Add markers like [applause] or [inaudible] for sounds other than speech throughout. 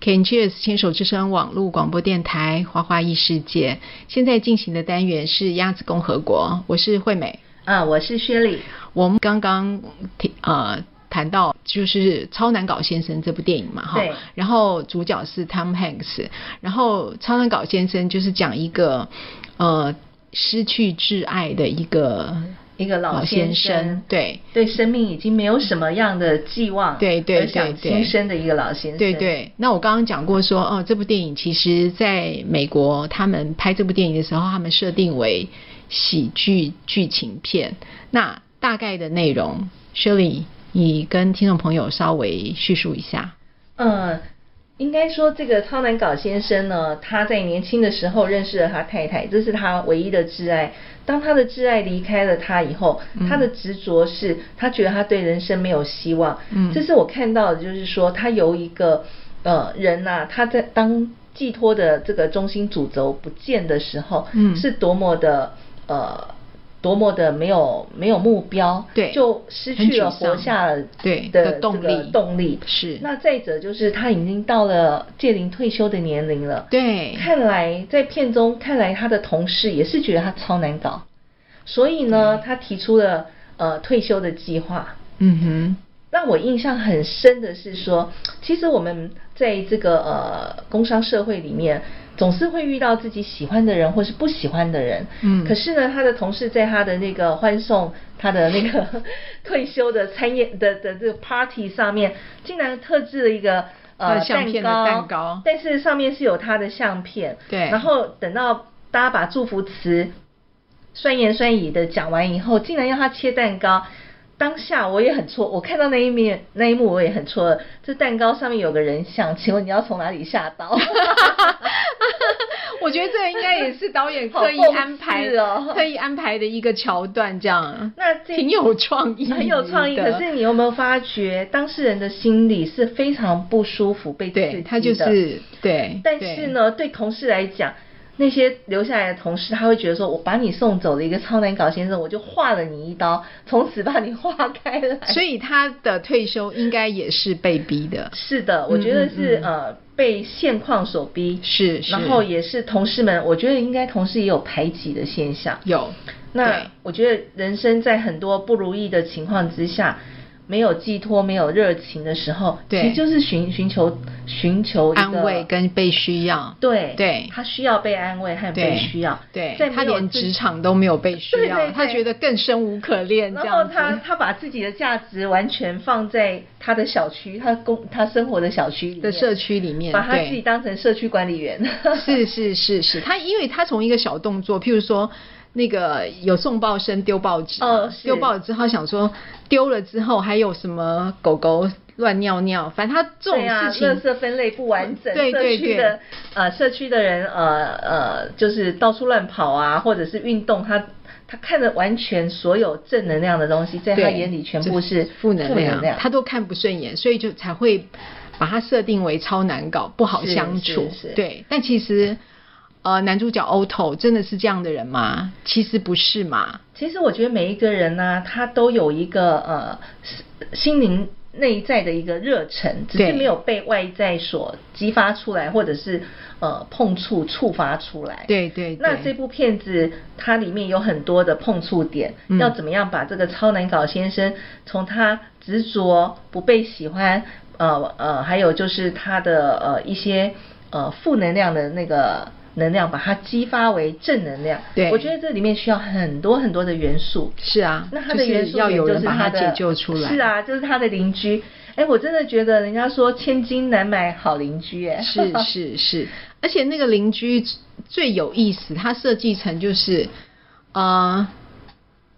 Can Cheers 牵手之声网络广播电台《花花异世界》现在进行的单元是鸭子共和国，我是惠美。啊，我是薛丽。我们刚刚提呃谈到就是《超难搞先生》这部电影嘛，哈对，然后主角是 Tom Hanks，然后《超难搞先生》就是讲一个呃失去挚爱的一个一个老先先生对。对生命已经没有什么样的寄望，对对而想对对轻生的一个老先生，对对，那我刚刚讲过说，哦，这部电影其实在美国，他们拍这部电影的时候，他们设定为喜剧剧情片。那大概的内容，Shirley，你跟听众朋友稍微叙述一下。呃，应该说这个超难搞先生呢，他在年轻的时候认识了他太太，这是他唯一的挚爱。当他的挚爱离开了他以后，嗯他的执着是他觉得他对人生没有希望。嗯这是我看到的，就是说他由一个呃人呐、他在当寄托的这个中心主轴不见的时候，嗯是多么的呃。多么的没有没有目标，对就失很去了沮丧活下了对的的这动个力动力是那再者就是他已经到了届龄退休的年龄了。对看来在片中看来他的同事也是觉得他超难搞，所以呢，他提出了呃退休的计划。 [laughs] 嗯哦哼，让我印象很深的是说，其实我们在这个呃工商社会里面，总是会遇到自己喜欢的人或是不喜欢的人。嗯可是呢，他的同事在他的那个欢送他的那个 [laughs] 退休的餐宴的的这个 party 上面，竟然特制了一个。他呃，的相片的蛋糕但是上面是有他的相片，对然后等到大家把祝福词酸言酸语的讲完以后，竟然要他切蛋糕。当下我也很错，我看到那一面那一幕我也很错愕。这蛋糕上面有个人像，请问你要从哪里下 [laughs] 刀？我觉得这应该也是导演好特意讽刺安排、哦特意安排的一个桥段，这样。那这挺有创意，很有创意。可是你有没有发觉，当事人的心里是非常不舒服、被刺激对的？他就是对，但对是，呢，对同事来讲，那些留下来的同事，他会觉得说，我把你送走了一个超难搞先生，我就划了你一刀，从此把你划开来。 [laughs] 所以他的退休应该也是被逼的，是的，我觉得是、嗯嗯嗯呃被现况所逼，是是然后也是同事们，我觉得应该同事也有排挤的现象。有对那我觉得人生在很多不如意的情况之下，没有寄托、没有热情的时候，对其实就是寻寻求寻求一个安慰跟被需要，对对他需要被安慰和被对需要，对在，他没有连自职场都没有被需要，对对对他觉得更生无可恋这然后样他子。他把自己的价值完全放在他的小区，他工他生活的小区里面的社区里面把他对自己当成社区管理员。是是是是，他因为他从一个小动作，譬如说那个有送报生丢报纸嘛，哦是丢报纸之后想说丢了之后还有什么狗狗乱尿尿，反正他这种对啊事情，垃圾分类不完整，对对社区对的呃社区的人呃呃就是到处乱跑啊，或者是运动，他他看的完全所有正能量的东西，在他对眼里全部是就负能量，他都看不顺眼，所以就才会把它设定为超难搞、不好是相处。是是对，但其实呃，男主角 Otto 真的是这样的人吗？其实不是嘛。其实我觉得每一个人呢、他都有一个呃心心灵内在的一个热忱，只对是没有被外在所激发出来，或者是呃碰触触发出来。对对对那这部片子它里面有很多的碰触点，嗯要怎么样把这个超难搞先生从他执着不被喜欢，呃呃，还有就是他的呃一些呃负能量的那个。能量把它激发为正能量，对我觉得这里面需要很多很多的元素。是啊，那他就的元是素要有点就人是把他的解救出来。是，啊，就是他的邻居。哎，我真的觉得人家说千金难买好邻居，哎，是是是，而且那个邻居最有意思，他设计成就是呃，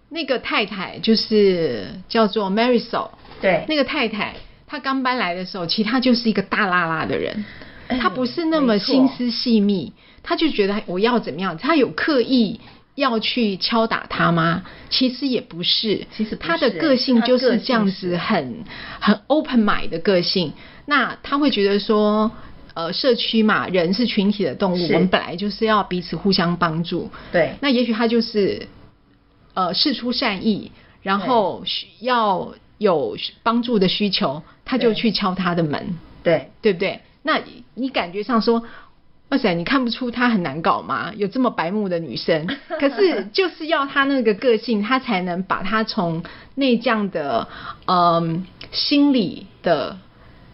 那个太太就是叫做 Marisol，对，那个太太，她刚搬来的时候，其实她就是一个大辣辣的人，哎她不是那么心思细密，她就觉得哎我要怎么样，她有刻意。要去敲打她吗？其实也不是，其实不是她的个性她就个是性这样是子很很 open mind 的个性。那她会觉得说，呃，社区嘛，人是群体的动物，是我们本来就是要彼此互相帮助。对那也许他就是呃事出善意，然后需要有帮助的需求，他就对去敲他的门，对对不对？那你感觉上说，哇塞，你看不出她很难搞吗？有这么白目的女生，可 [laughs] 是就是要她那个个性，她才能把她从内向的嗯心理的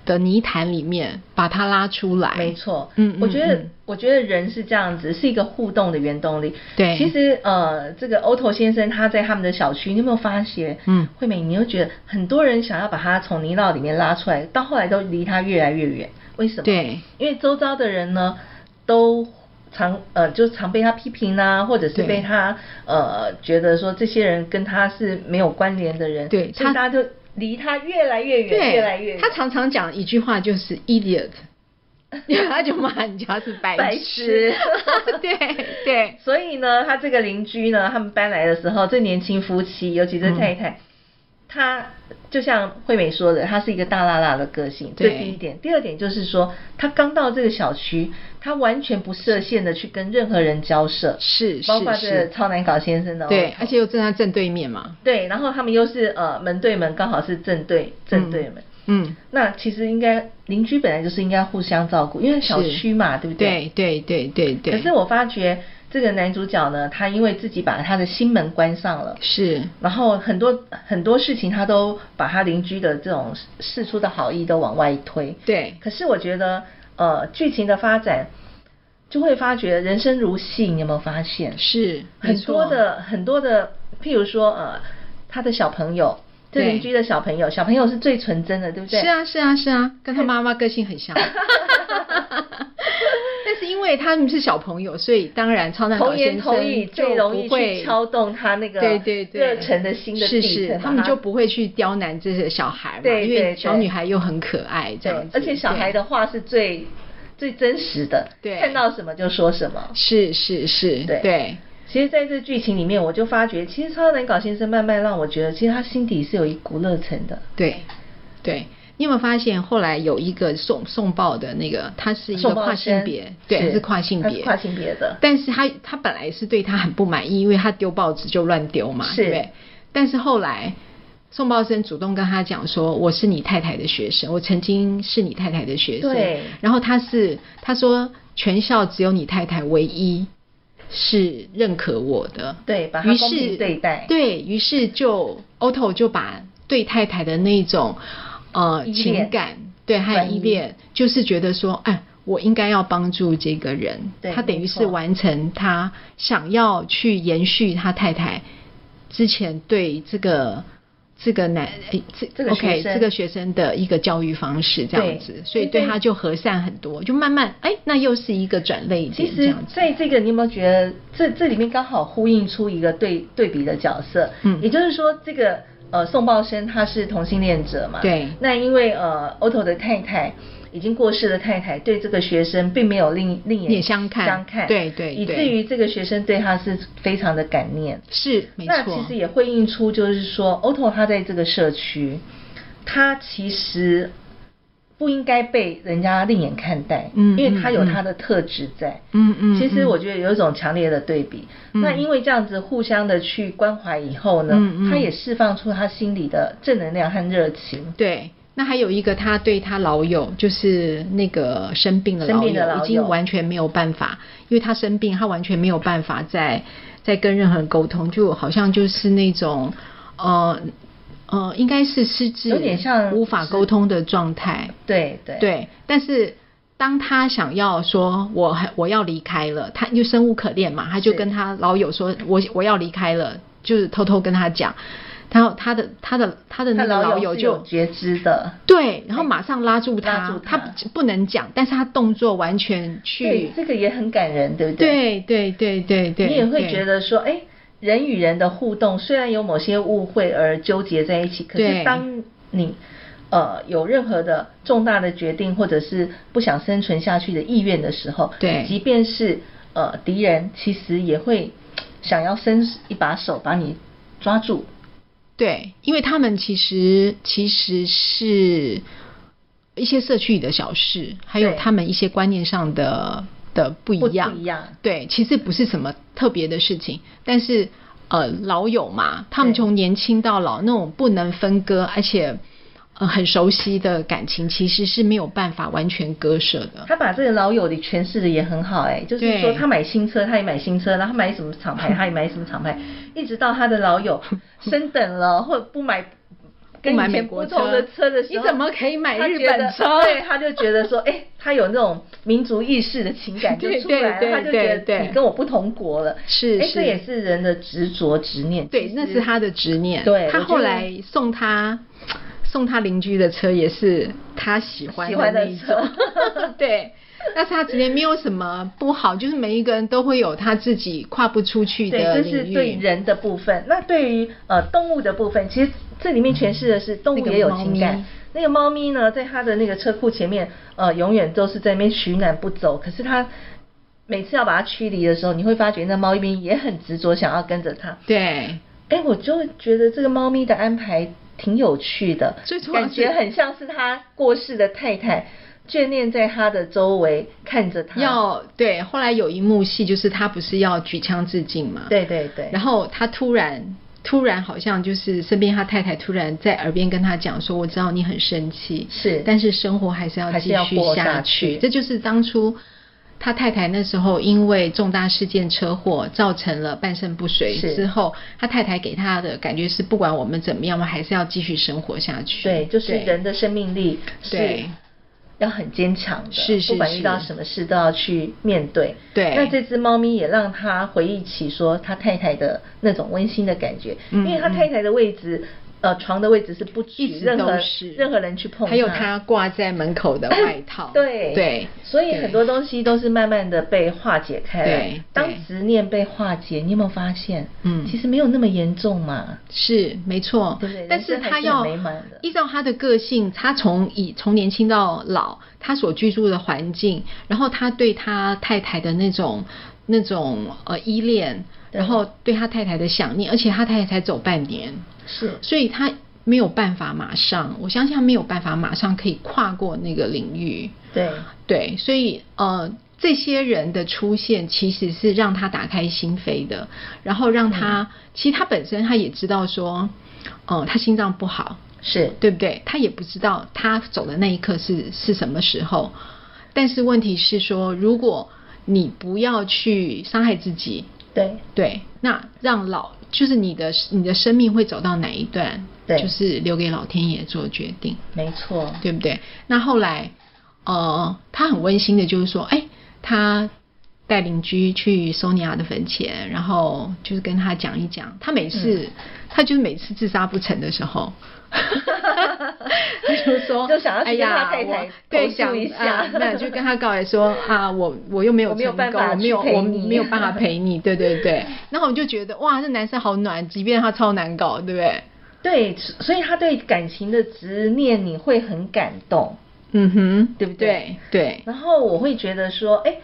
的泥潭里面把她拉出来。没错，嗯，嗯我觉得、嗯我觉得人是这样子，是一个互动的原动力。对其实呃，这个 Otto 先生他在他们的小区，你有没有发现？嗯惠美，你又觉得很多人想要把他从泥淖里面拉出来，到后来都离他越来越远，为什么？对，因为周遭的人呢，都常呃，就常被他批评啊，或者是对被他呃觉得说这些人跟他是没有关联的人，对所以他大家就离他越来越远，对，越来越远。他常常讲一句话就是 [laughs] idiot，他就骂人家是白白痴 [laughs] 对对所以呢，他这个邻居呢，他们搬来的时候，这年轻夫妻，尤其这太嗯太，她就像惠美说的，她是一个大辣辣的个性，这对是第一点。第二点就是说，她刚到这个小区，她完全不设限的去跟任何人交涉，是包括是这个是，超难搞先生的、哦，对，而且又站在正对面嘛，对，然后他们又是呃门对门，刚好是正对正对门。嗯，那其实应该邻居本来就是应该互相照顾，因为小是区嘛，对不对？对嗯对对对对，可是我发觉这个男主角呢，他因为自己把他的心门关上了，是然后很多很多事情他都把他邻居的这种事出的好意都往外推。对可是我觉得，呃，剧情的发展就会发觉人生如戏，你有没有发现？是没很多错的很多的，譬如说呃，他的小朋友，这对邻居的小朋友，小朋友是最纯真的，对不对？是啊，是啊，是啊，跟他妈妈个性很 [laughs] 像。但是因为他们是小朋友，所以当然超难搞童言先生童语就最容不易会去敲动他那个对对对热忱的心的是地是层，他们把它就不会去刁难这些小孩嘛，对因对为小对女孩又很可爱这对样子，，而且小孩的话是最最真实的，对看到什么就说什么对。是是是，对对其实，在这剧情里面，我就发觉，其实超难搞先生慢慢让我觉得，其实他心底是有一股热忱的。对对你有没有发现后来有一个送送报的那个，他是一个宋茂跨性生别，对，他是跨性他别，是跨性别的，但是他他本来是对他很不满意，因为他丢报纸就乱丢嘛，是对不对。但是后来宋报生主动跟他讲说：“我是你太太的学生，我曾经是你太太的学生。对”然后他是他说全校只有你太太唯一是认可我的，对把她于公平是对待对于是就 Otto 就把对太太的那种呃依恋情感对还转有移依恋，就是觉得说，哎，我应该要帮助这个人，对他等于没是错完成他想要去延续他太太之前对这个。这个男，诶这这个学 OK，生这个学生的一个教育方式这样对子，所以对对对他就和善很多，就慢慢哎，那又是一个转类点其这实样，子，在这个你有没有觉得这这里面刚好呼应出一个对对比的角色？嗯也就是说，这个呃宋报生他是同性恋者嘛？对那因为呃 Otto 的太太已经过世的太太对这个学生并没有另另眼相看相看，对对以对至于这个学生对他是非常的感念。是没那错，其实也会映出，就是说，Otto 他在这个社区，他其实不应该被人家另眼看待，嗯因为他有嗯他的特质在。嗯嗯其实嗯我觉得有一种强烈的对比。嗯那因为这样子互相的去关怀以后呢，嗯嗯他也释放出他心里的正能量和热情。对，那还有一个，他对他老友，就是那个生病的生老病友，的老友已经完全没有办法，因为他生病，他完全没有办法再再跟任何人沟通，就好像就是那种呃呃，应该是失智，有点像无法是沟通的状态。对对对，但是当他想要说我还我要离开了，他就生无可恋嘛，他就是跟他老友说我我要离开了，就是偷偷跟他讲，然后他的他的他的那他个老友友是就有觉知的。对，然后马上拉住他，拉住他他不不能讲，但是他动作完全对去，，这个也很感人，对不对对对对对，你也会对觉得说，哎，人与人的互动虽然有某些误会而纠结在一起，可是对当你呃有任何的重大的决定或者是不想生存下去的意愿的时候，对即便是呃敌人，其实也会想要伸一把手把你抓住。对，因为他们其实其实是一些社区里的小事，还有对他们一些观念上的的不一不样，不一样对，其实不是什么特别的事情，但是呃，老友嘛，他们对从年轻到老那种不能分割，而且呃很熟悉的感情，其实是没有办法完全割舍的。他把这个老友的诠释的也很好哎、就是对说他买新车，他也买新车，然后他买什么厂 [laughs] 牌，他也买什么厂牌，一直到他的老友升等了，或者不买跟不买以美前国不车同的车的时候，你怎么可以买他日觉得本车对，他就觉得说，哎、他有那种民族意识的情感就对出来了，对他就觉对得对你跟我不同国了，是哎、是这也是人的执着执念，对，其那实是他的执念。对我他觉后得来送他送他邻居的车，也是他喜欢喜欢的那一种 [laughs] 车。对，那是他执念，没有什么不好，就是每一个人都会有他自己跨不出去对，的这领是域。对人的部分。那对于呃动物的部分，其实这里面诠释的是动那物个也有猫情咪感。那个猫咪呢，在它的那个车库前面，呃，永远都是在那边取暖不走。可是它每次要把它驱离的时候，你会发觉那猫咪也很执着，想要跟着它。对，哎，我就觉得这个猫咪的安排挺有趣的，最重要是感觉很像是他过世的太太眷恋在他的周围，看着他。要对。后来有一幕戏，就是他不是要举枪自尽嘛？。对对对，然后他突然突然好像就是身边他太太突然在耳边跟他讲说：“我知道你很生气，是但是生活还是要还是继要续过下下去这就是当初他太太那时候因为重大事件车祸造成了半身不遂是之后，他太太给他的感觉是：不管我们怎么样，我们还是要继续生活下去。对，就是对人的生命力是对要很坚强的，是是不管遇是到什么事都要去面对。对那这只猫咪也让他回忆起说他太太的那种温馨的感觉，嗯因为他太太的位置，呃，床的位置是不一许直任何都是任何人去碰它，还有他挂在门口 [coughs] 的外套， [laughs] 对对，所以对很多东西都是慢慢的被化解开来。对当对执念被化解，你有没有发现？嗯其实没有那么严重嘛。是没错对不对，但人是生还他是很要美满的依照他的个性，他从以从年轻到老，他所居住的环境，然后他对他太太的那种那种呃依恋，对然后对他太太的想念，而且他太太才走半年，是所以他没有办法马上，我相信他没有办法马上可以跨过那个领域。对，对，所以呃，这些人的出现其实是让他打开心扉的，然后让他，其实他本身他也知道说，呃，他心脏不好，是对不对？他也不知道他走的那一刻是是什么时候，但是问题是说，如果你不要去伤害自己，对对，那让老就是你的你的生命会走到哪一段，对就是留给老天爷做决定。没错。对不对？那后来，呃，他很温馨的，就是说，哎，他带邻居去索尼娅的坟前，然后就是跟他讲一讲，他每次、嗯他就是每次自杀不成的时候。 [laughs] 他就说，就想要去哎呀，跟他太太我对投诉想一下啊，那就跟他告白说啊，我我又没有我没有成办功法我没有去陪我你没有办法陪你， [laughs] 对对对。然后我就觉得哇，这男生好暖，即便他超难搞，对不对？对，所以他对感情的执念你会很感动。嗯哼，对不对？对，然后我会觉得说，哎，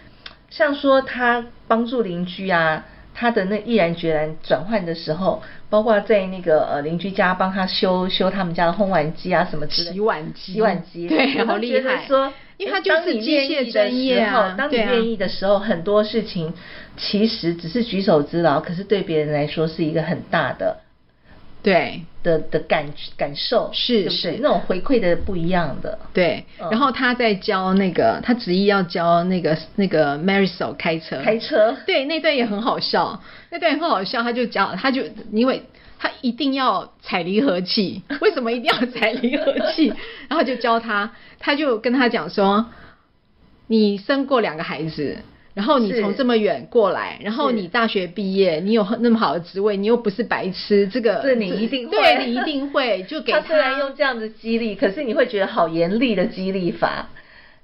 像说他帮助邻居啊，他的那毅然决然转换的时候，包括在那个呃邻居家帮他修修他们家的烘碗机啊什么之类的，洗碗机洗碗机，对我好会厉觉得害说，因为诶它就是当你机愿械意的专业啊时候当你对啊愿意的时候，很多事情其实只是举手之劳，可是对别人来说是一个很大的。对，的的感感受是对不对是那种回馈的不一样的，对，嗯然后他在教那个，他执意要教那个那个 Marisol 开车，开车对，那段也很好笑，那段也很好笑，他就讲，他就因为他一定要踩离合 [laughs] 器，为什么一定要踩离合器？然后就教他，他就跟他讲说，你生过两个孩子。然后你是从这么远过来，然后是你大学毕业，你有那么好的职位，你又不是白痴，这个这你一定会对你一定会，就给他虽然用这样的激励，可是你会觉得好严厉的激励法。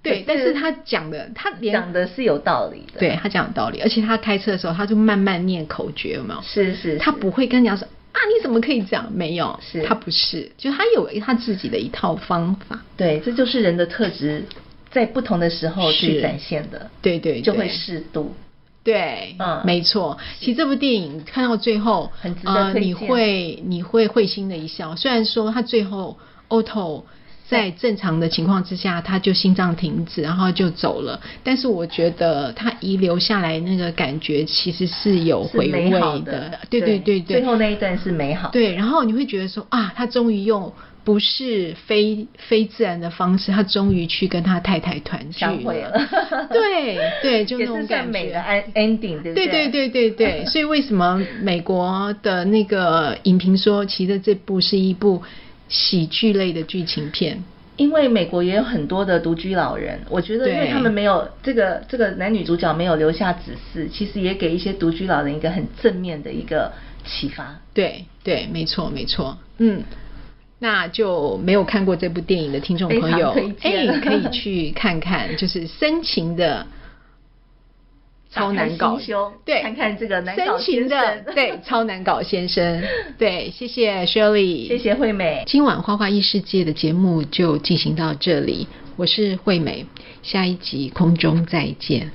对，但是他讲的，他连讲的是有道理的。对他讲有道理，而且他开车的时候，他就慢慢念口诀，有没有？是，是是，他不会跟人家说啊，你怎么可以这样？没有，是他不是，就他有他自己的一套方法。对，这就是人的特质，在不同的时候去是展现的，对对对，就会适度。对，嗯没错。其实这部电影看到最后，很值得呃，推你荐会你会会心的一笑。虽然说他最后 Otto 在正常的情况之下，他就心脏停止，然后就走了。但是我觉得他遗留下来那个感觉其实是有是回味美好对对对对。最后那一段是美好的。对，然后你会觉得说啊，他终于用不是非非自然的方式，他终于去跟他太太团聚相会了。了对对，就那 [laughs] 也是种算感美的觉。安 ending，对不对对对对对 [laughs] 对，所以为什么美国的那个影评说，其实这部是一部喜剧类的剧情片？因为美国也有很多的独居老人，我觉得因为对他们没有这个这个男女主角没有留下指示，其实也给一些独居老人一个很正面的一个启发。对对，没错没错，嗯，那就没有看过这部电影的听众朋友非常，推哎荐，可以去看看， [laughs] 就是深情的超难打搞开心胸，对，看看这个难搞深情的先生对超难搞先生，对，谢谢 Shirley，谢谢惠美，今晚花花异世界的节目就进行到这里，我是惠美，下一集空中再见。